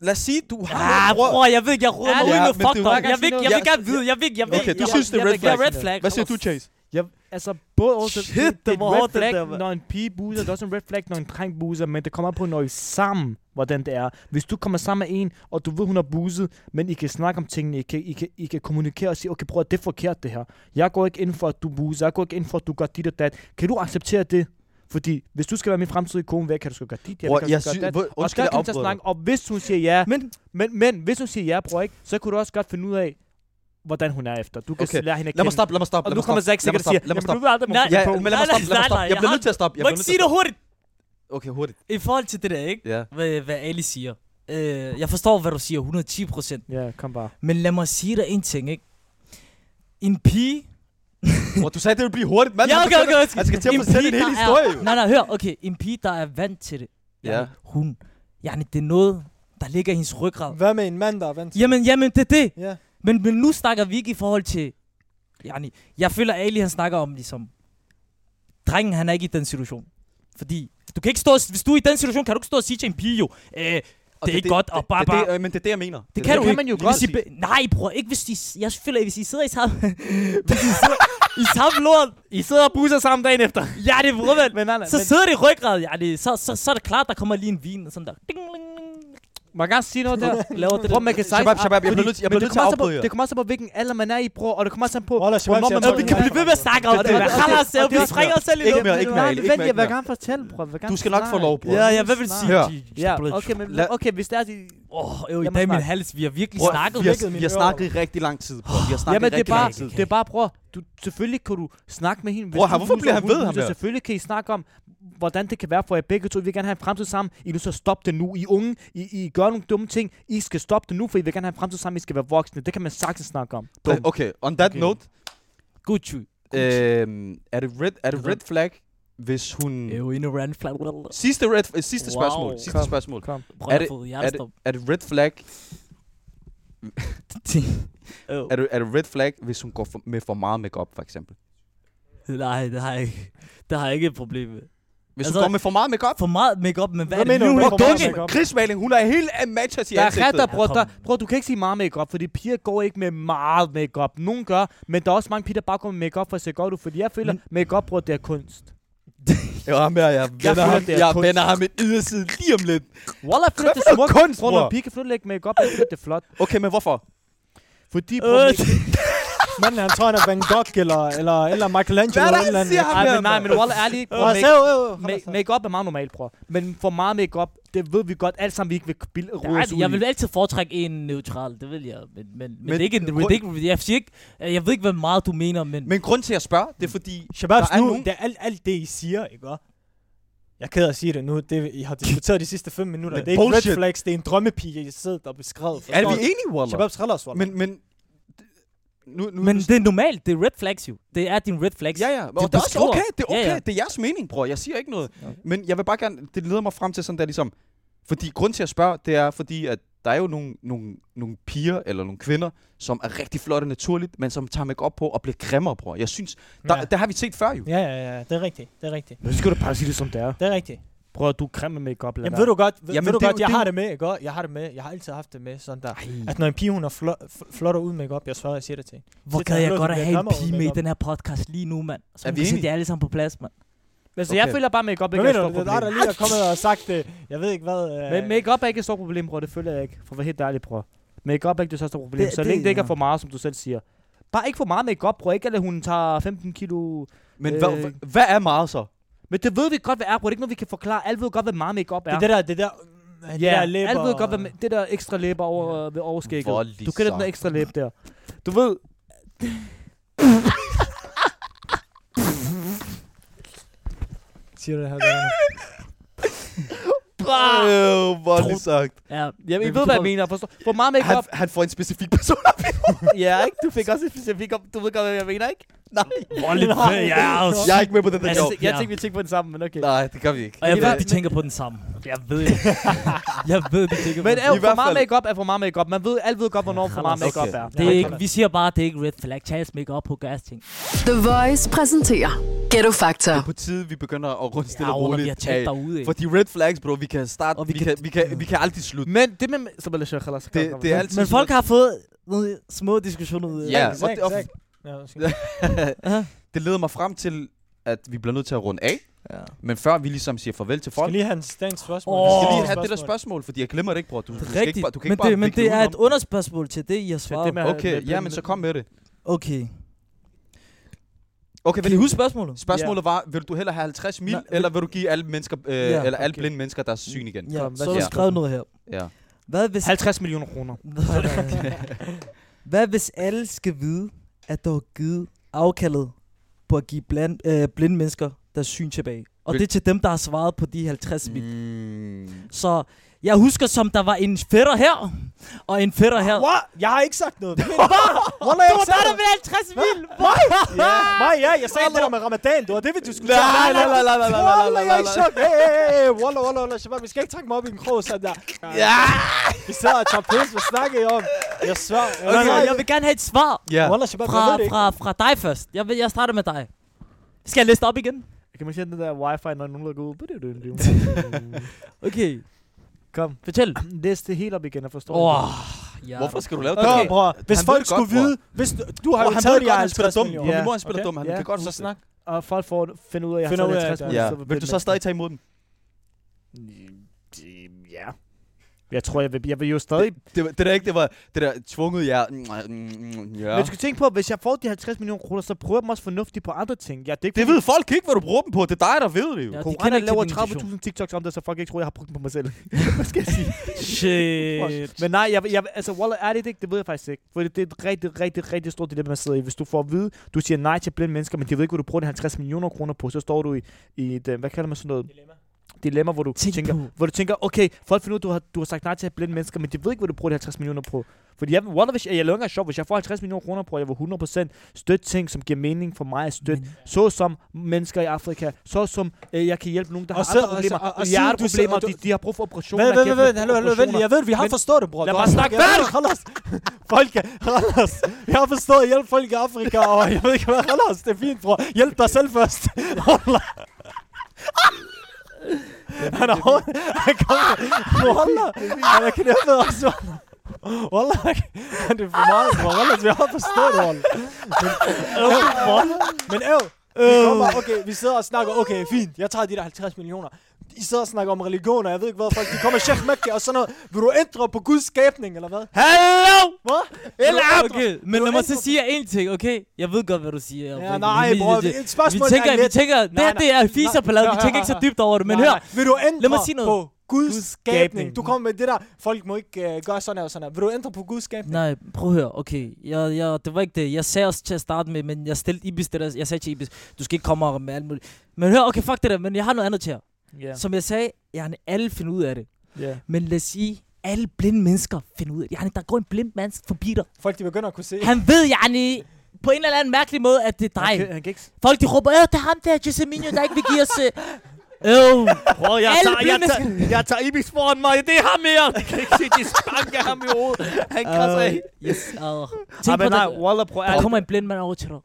Lad os sige, du har... Ah, Bror, bror, jeg ved ikke, jeg råder mig Ja, ud med men fuck du- dog. Jeg Jeg vil, ikke- jeg Ja, vil gerne vide, jeg vil ikke, jeg vil Okay, du jeg- synes, det er jeg red vil- jeg flag. red flag. Hvad siger du, Chase? Jeg, altså, både og så- Shit, det- det er det et var red hårdt, det flag, der, mand. når en pige buser. Det er også en red flag, når en dreng buser. Men det kommer an på, når I sammen, hvordan det er. Hvis du kommer sammen med en, og du ved, hun har buset, men I kan snakke om tingene, I kan, I kan, I kan kommunikere og sige, okay, prøv at det er forkert, det her. Jeg går ikke ind for, at du buser. Jeg går ikke ind for, at du gør dit og dat. Kan du acceptere det? Fordi hvis du skal være min fremtidige kone, hvad kan du skal gøre dit, eller Bror, kan du jeg skal sy- gøre dat? hvor- Og undskyld, så jeg kan du afbryder snakke, og hvis hun siger ja, Men, men, men hvis hun siger ja, bror, ikke, så kunne du også godt finde ud af, hvordan hun er efter. Du kan Okay, okay. lære hende at Lad kende. mig stoppe, lad mig stoppe. Og lad nu mig kommer stoppe, Zack sikkert lad og mig siger, stoppe, lad mig jamen du stoppe. ved aldrig, Nej, hvor Ja, på. men lad mig Nej, stoppe, lad mig nej, stoppe. nej, Jeg bliver jeg nødt til at stoppe. Jeg må bliver ikke nødt til sige at det hurtigt. stoppe. Okay, hurtigt. I forhold til det der, ikke? Ja. Hvad, hvad Ali siger. Øh, jeg forstår, hvad du siger, 110 procent. Ja, kom bare. Men lad mig sige dig en ting, ikke? En pige... Bror, du sagde, det ville blive hurtigt, mand. ja, Han okay, fortæller- okay, okay. Han skal til at En fortælle pige, en hel der historie, jo. Er, nej, nej, hør. Okay, en pige, der er vant til det. Ja. Jamen, Hun. Jamen, det er noget, der ligger i hendes ryggrad. Hvad med en mand, der er vant til Jamen, jamen, det er det. Ja. Men, men nu snakker vi ikke i forhold til... Yani, jeg føler, Ali han snakker om ligesom... Drengen, han er ikke i den situation. Fordi du kan ikke stå, og s- hvis du er i den situation, kan du ikke stå og sige til en pige jo, øh, det er ikke godt, og bare, det- bare, det- øh, Men det er det, jeg mener. det kan det du kan ikke. man jo Hvis godt I be- Nej, bror, ikke hvis de... Jeg føler, hvis I sidder i samme... hvis I sidder i samme lort... I sidder og buser sammen dagen efter. Ja, det er bror, vel. Men nej, nej, Så men sidder det i ryggrad, ja, det, så, så, så er det klart, der kommer lige en vin og sådan der. Ding, ding, ding. man kan gerne sige noget der. Laver det Bro, der. man kan sige... Shabab, Shabab, jeg bliver nødt til- jeg bliver nødt til at afbryde på, jer. Det kommer også an på, hvilken alder man er i, bror, og det kommer også an på... Wallah, Shabab Hvornår siger, man- "Tolv Vi kan blive ved med at snakke om det, det- man. og det- Halas, og det- vi springer os selv i Ikke luften. mere, ikke mere, Ali, ikke Vent, mere, jeg ikke vil mere. gerne fortælle, bror. Jeg vil gerne Du skal nok få snakke. lov, bror. Ja, ja, hvad vil Snak. sige? Hør. de- de- Ja, de- okay, men Lad- okay, hvis det er... de- Åh, jo, i Lad mig dag min snakke. hals, vi har virkelig Bror, snakket. vi, vækket har, mine vi har ører, snakket i rigtig lang tid, bror. Vi har snakket Jamen, i det er rigtig bare, lang tid. det er bare, bror. Du, selvfølgelig kan du snakke med hende. hvis Bror, du hvorfor huser, bliver han hun ved, ham huser, der? Selvfølgelig kan I snakke om, hvordan det kan være for jer begge to. I vil gerne have en fremtid sammen. I er nødt til at stoppe det nu. I er unge. I, I gør nogle dumme ting. I skal stoppe det nu, for I vil gerne have en fremtid sammen. I skal være voksne. Det kan man sagtens snakke om. Præ- Okay, on that Okay. note, Gucci. øhm, er det red, er det red flag, hvis hun... Jo, in a rand flag. Prøv Sidste, red, øh, sidste Wow. spørgsmål, sidste Kom. spørgsmål. Kom. at det- få Er det, hjertestop. er det red flag, Øv. er det, er det red flag, hvis hun går for, med for meget makeup for eksempel? Nej, det har jeg ikke. Det har jeg ikke et problem med. Hvis Altså- hun går med for meget makeup, For meget makeup, men hvad, Hvad er det mener du nu? med for meget Dukke! makeup? krigsmaling, hun er helt af matches i Der er ansigtet. retter, bror. Ja, kom Der, bror, du kan ikke sige meget makeup, fordi piger går ikke med meget makeup. Nogen gør, men der er også mange piger, der bare går med makeup for at se godt ud, fordi jeg føler, Mm. Men- makeup bror, det er kunst. Ja, ham her, jeg vender føler, ham, det er jeg kunst. vender ham i ydersiden lige om lidt. Wallah, føler det for er noget smukt. kunst, bror. bror? Når en pige kan føle ikke makeup, jeg føler, det er flot. Okay, men hvorfor? Fordi, Øh, bror, make- Manden, han tror, han er Van Gogh eller, eller, eller Michelangelo. Hvad er det, eller han siger ham Ej, her? men nej, men Wallah, ærligt, bror, make- Ma- Make- Make-up er meget normalt, bror. Men for meget makeup, det ved vi godt alt sammen, vi ikke vil bil- rode Nej, os ud jeg i. vil altid foretrække en neutral, det vil jeg. Men, men, men, men det er ikke en grund- det er ikke, jeg, siger ikke, jeg ved ikke, hvad meget du mener, men... Men grund til, at jeg spørger, det er fordi... Shababs, Der er nu, nogen- det er alt, alt det, I siger, ikke? også? Jeg er ked af at sige det nu. Det, I har diskuteret de sidste 5 minutter. Men Det er ikke red bullshit. flags, det er en drømmepige, I sidder og beskrevet. Er forstår vi du? enige, Waller? Shababs, relax, Wallah. Men, men nu, nu, Men nu, det er normalt, det er red flags jo. Det er din red flags. Ja, ja. Og Du det er også beskriver- okay. Det er okay. Ja, Ja, ja. ja. Det er jeres mening, bror. Jeg siger ikke noget. Ja. Men jeg vil bare gerne... Det leder mig frem til sådan der ligesom... Fordi grund til at spørge, det er fordi, at der er jo nogle, nogle, nogle piger eller nogle kvinder, som er rigtig flotte naturligt, men som tager make op på og bliver grimmere, bror. Jeg synes, der, Ja. ja. det har vi set før jo. Ja, ja, ja, det er rigtigt, det er rigtigt, Men så skal du bare sige det, som det er. det er rigtigt. Prøv at du kræmmer med makeup. Jamen ved du godt, ved, Jamen, ved du det er godt, jo- jeg det er har jo- det med, ikke også? Jeg har det med, jeg har altid haft det med, sådan der. Ej. At når en pige, hun er flo- f- flot og uden make jeg svarer, jeg siger det til hende. Hvor Det gad er jeg noget, godt som bliver at have en grimmere pige uden med i makeup. den her podcast lige nu, mand. Så Er man vi kan sætte enige? jer alle sammen på plads, mand. Altså, jeg Okay. føler bare, at make-up Hvad ikke er et mener stort du, det er der, der problem. lige er kommet og sagt det. Jeg ved ikke, hvad... Øh, Men make-up er ikke et stort problem, bror. Det føler jeg ikke. For at være helt ærlig, bror. Make-up er ikke det største problem. Det- så det- længe det ikke er ja. for meget, som du selv siger. Bare ikke for meget make-up, bror. Ikke at hun tager 15 kilo... Men Øh. øh. hvad, hvad er meget så? Men det ved vi godt, hvad er, bror. Det er ikke noget, vi kan forklare. Alle ved godt, hvad meget make-up Det er. er det der, det der... øh, det Ja, der yeah, læber alle ved godt, hvad og- ma- det der ekstra læber over, ved overskægget. Voldelig Du kender den så. der ekstra læb der. Du ved... Siger du det her, Bjarne? Øh, voldelig sagt. Ja, Jamen, I Men ved, du hvad jeg ved- mener. Forstår. Hvor meget Han, make-up... han får en specifik person op i ja, ikke? Du fik også et specifikt op. Du ved godt, hvad jeg mener, ikke? Nej, Voldeligt. Ja, jeg er ikke med på den der Altså, job. Jeg, jeg Ja. tænkte, vi tænkte på det samme, men okay. Nej, det gør vi ikke. Og jeg I ved, hvert- de tænker på den samme. Jeg ved det. jeg ved, de tænker på Men den er samme. jo I hvert for meget fald- makeup er for meget makeup. Man ved, alle ved godt, hvornår Ja, for meget khalas. makeup Okay. er. Det er Ja, ikke, vi siger bare, at det er ikke red flag. Chas make op på gas ting. The Voice præsenterer Ghetto Det Factor. er på tide, vi begynder at runde stille Ja, og Ola, vi har roligt tæt af. derude. For ikke? de red flags, bro, vi kan starte, Og og vi vi, vi, kan- kan, vi, kan, vi kan aldrig slutte. Men det med... Så bare lade khalas. Det, det er altid Men folk sådan- har fået nogle små diskussioner ud af Ja, det. og det, og Zach, Zach. Ja, undskyld. det leder mig frem til, at vi bliver nødt til at runde af. Ja. Men før vi ligesom siger farvel til folk, Skal lige have en stand spørgsmål. Åh. vi Åh. skal lige have det der spørgsmål, fordi jeg glemmer det ikke, bror. Du, du Det er skal ikke, rigtigt, bare- du kan men, ikke bare det, men vikle det er et udenom. underspørgsmål til det, I har svaret. det med- Okay, ja, men så kom med det. Okay. Okay, Kan vil I du huske spørgsmålet? Spørgsmålet var, vil du hellere have 50 mil, Nej, eller vil du give alle mennesker, øh, Ja, Mm. eller alle okay. blinde mennesker, der er syn igen? Ja, Kom, hvad så har siger du du? skrevet noget her. Ja. Hvad hvis... 50 millioner kroner. Nej, nej. Hvad hvis alle skal vide, at der er givet afkaldet på at give bland, øh, blinde mennesker deres syn tilbage? Og Vil- det er til dem, der har svaret på de 50 mil. Mm. Så jeg husker, som der var en fætter her, og en fætter her. What? Jeg har ikke sagt noget. Hvad? Hvordan har jeg ikke sagt noget? med 50 mil! Mig? Mig, ja. Jeg sagde det der med ramadan. Det var det, vi diskuterede. Nej, nej, nej, nej, nej, nej, nej, Wallah, nej, jeg er nej, i nej. chok. Hey, hey, hey, Walla, walla, walla, shabab. Vi skal ikke trække mig op i en krog sådan der. Ja! Vi sidder og tager pis. Hvad snakker I om? Jeg svær. Okay, jeg vil gerne have et svar Ja. Walla, shabab, jeg ved fra, det ikke. fra, fra dig først. Jeg, vil, jeg starter med dig. Skal jeg læse det op igen? Kan man sige den der wifi, når nogen der går ud? Okay, Kom. fortæl. Læs det helt op igen, jeg forstår. Åh, ikke. ja. Hvorfor skal du lave Okay, det? bror. Hvis Han folk ved det skulle godt, bror. vide... Hvis du, du har Bror, jo han taget ved de godt, her han spiller 50 dum. millioner. På Ja. min mor, han spiller Okay. dum. Han Ja. kan godt Så huske det. snak. Og folk får finde ud af, at jeg har Finder ud af, taget 50 at- Ja. millioner. Vil du så stadig tage imod dem? Mm, Ja. Jeg tror, jeg vil, jeg vil jo stadig... Det, var- det der ikke, det var det der tvunget jer. Mm, mm, mm, Ja. Ja. Men du skal tænke på, at hvis jeg får de 50 millioner kroner, så prøver jeg dem også fornuftigt på andre ting. Ja, det, er ikke Det fordi- ved folk ikke, hvad du bruger dem på. Det er dig, der ved det jo. Ja. Ja, de Koranen kender ikke laver til din intention. 30.000 TikToks om det, så folk ikke tror, jeg har brugt dem på mig selv. Hvad skal jeg sige? Shit. Men nej, jeg, jeg, altså, Wallah, er det ikke? Det ved jeg faktisk ikke. For det, det er et rigtig, rigtig, rigtig stort dilemma, man sidder i. Hvis du får at vide, du siger nej til blinde mennesker, men de ved ikke, hvor du bruger de 50 millioner kroner på, så står du i, i et, øh, hvad kalder man sådan noget? Dilemma. Dilemma, hvor du Tænk Tænk tænker, på. hvor du tænker, okay, folk finder ud, du har, du har sagt nej til blinde mennesker, men de ved ikke, hvor du bruger de 50 millioner på. Fordi jeg, Wallah, hvis jeg, jeg laver ikke sjov, hvis jeg får 50 millioner kroner på, og jeg vil 100% støtte ting, som giver mening for mig at støtte, Men- så som mennesker i Afrika, så som øh, jeg kan hjælpe nogen, der Og har så- andre og så- problemer, og- og siden du så- hjerteproblemer, og du- de, de har brug for operationer. Hvad, hvad, kan hvad, hjælpe hvad, dem hallo, hallo, operationer. hallo, jeg ved, vi har Men- forstået det, bror. Lad Du mig har- snakke jeg ved det, færdig! Khalas. Folk er, khalas. Jeg har forstået at hjælpe folk i Afrika, og jeg ved ikke hvad, khalas, det er fint, bror. Hjælp dig selv først. Wallah. Han er hård. Han kommer. Wallah. Han er knæppet også, wallah. Wallah, han- han er for meget, bror. Wallah, vi har forstået det, wallah. Men, øv, wallah. Men øv, vi kommer, okay, vi sidder og snakker, okay, fint, jeg tager de der 50 millioner. I sidder og snakker om religion, og jeg ved ikke hvad, folk, de kommer Sheikh Mekki og sådan noget. Vil du ændre på Guds skabning, eller hvad? Hallo! Hvad? Eller ændre- okay, men lad mig så ændre- sige jer en ting, okay? Jeg ved godt, hvad du siger. Ja, Rikke, nej, men vi- bror, det- et spørgsmål vi tænker, er vi lidt- tænker, det her Nej, det nej, er fiserpallade, nej, vi nej, tænker ikke så nej, dybt over det, men Nej, hør. nej. Vil du ændre lad mig sige noget. på Guds Guds skabning. skabning? Du kommer med det der, folk må ikke øh, gøre sådan her og sådan her. Vil du ændre på Guds skabning? Nej, prøv at høre, okay. Jeg, jeg, det var ikke det. Jeg sagde også til at starte med, men jeg stillede Ibis det der. Jeg sagde til Ibis, du skal ikke komme og med alt muligt. Men hør, okay, fuck det der, men jeg har noget andet til jer. Ja. Som jeg sagde, jeg alle finder ud af det. Ja. Men lad os sige, alle blinde mennesker finde ud af. Yani, der går en blind mand forbi dig. Folk, de begynder at kunne se. Han ved, yani, på en eller anden mærkelig måde, at det er dig. Han, kan, han kan ikke... s- Folk, de råber, øh, det er ham der, Jesseminho, der ikke vil give os... Øh, øh, Prøv, jeg, Alle tager, jeg, blinde tager, jeg tager Ibis foran mig. Det er ham her. Jeg kan ikke se, de spanker ham i hovedet. Han krasser af. øh, yes, øh. Ah, Tænk på, men nej, der, Walla, prøv der ærligt. kommer en blind mand over til dig.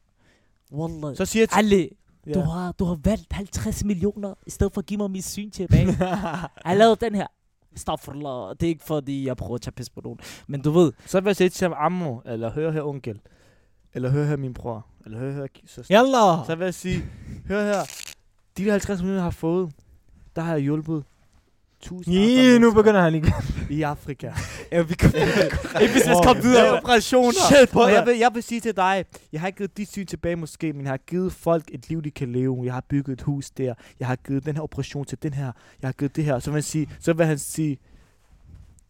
Wallah. Så siger jeg til... Ali, Ja. du, har, du har valgt 50 millioner, i stedet for at give mig mit syn tilbage. jeg lavede den her. Stafrullah, det er ikke fordi, jeg prøver at tage pis på nogen. Men du ved, Så vil jeg sige til ham, Ammo, eller hør her, onkel. Eller hør her, min bror. Eller hør her, søster. Jalla. Så vil jeg sige, hør her. De der 50 millioner, jeg har fået, der har jeg hjulpet tusind Yeah, nu begynder han lige. i Afrika. ja, vi kan... business kom videre. Det er operationer. Shit, og brother. jeg vil, jeg vil sige til dig, jeg har ikke givet dit syn tilbage måske, men jeg har givet folk et liv, de kan leve. Jeg har bygget et hus der. Jeg har givet den her operation til den her. Jeg har givet det her. Så vil han sige, så vil han sige,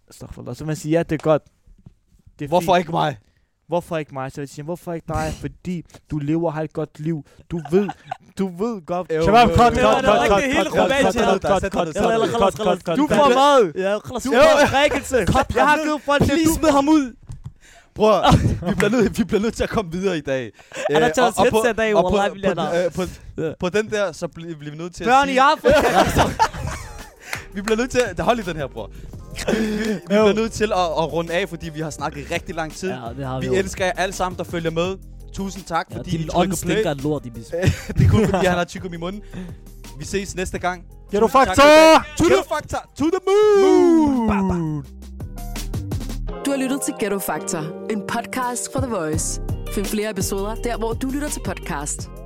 Astaghfirullah. så vil han sige, ja, det er godt. Det er Hvorfor fint. ikke mig? Hvorfor ikke mig? Så vil jeg sige, hvorfor ikke dig? Fordi du lever og har et godt liv. Du ved, du ved godt. Shabab, cut, Det cut, var da cut, rigtig cut, hele cut, cut, romanen, cut, ja. cut, cut, cut, Eller, eller, cut, eller, cut, eller, cut, cut, Du cut. får meget. ja, Du du får rækkelse. Jeg har givet folk det. Please Du, smid ham ud. Bror, vi bliver, nødt, vi bliver nødt til at komme videre i dag. Øh, Han har taget sit headset af, og på, wallah, på, vi lader. den- øh, på, på den der, så bliver bliver vi nødt til at børn i sige... Afrika. Vi bliver nødt til at... Hold i den her, bror. Vi, vi, vi bliver nødt til at, at runde af, fordi vi har snakket rigtig lang tid. Ja, det har vi, Vi jo. elsker jer alle sammen, der følger med. Tusind tak, Ja, fordi I din ånd trykker play. stinker af lort, Ibis. Det er kun, fordi han har tykket i munden. Vi ses næste gang. Ja, du Tusind tak faktor! for i dag. To the factor! To the moon! Ba, ba. Du har lyttet til Ghetto Factor, en podcast fra The Voice. Find flere episoder der, hvor du lytter til podcast.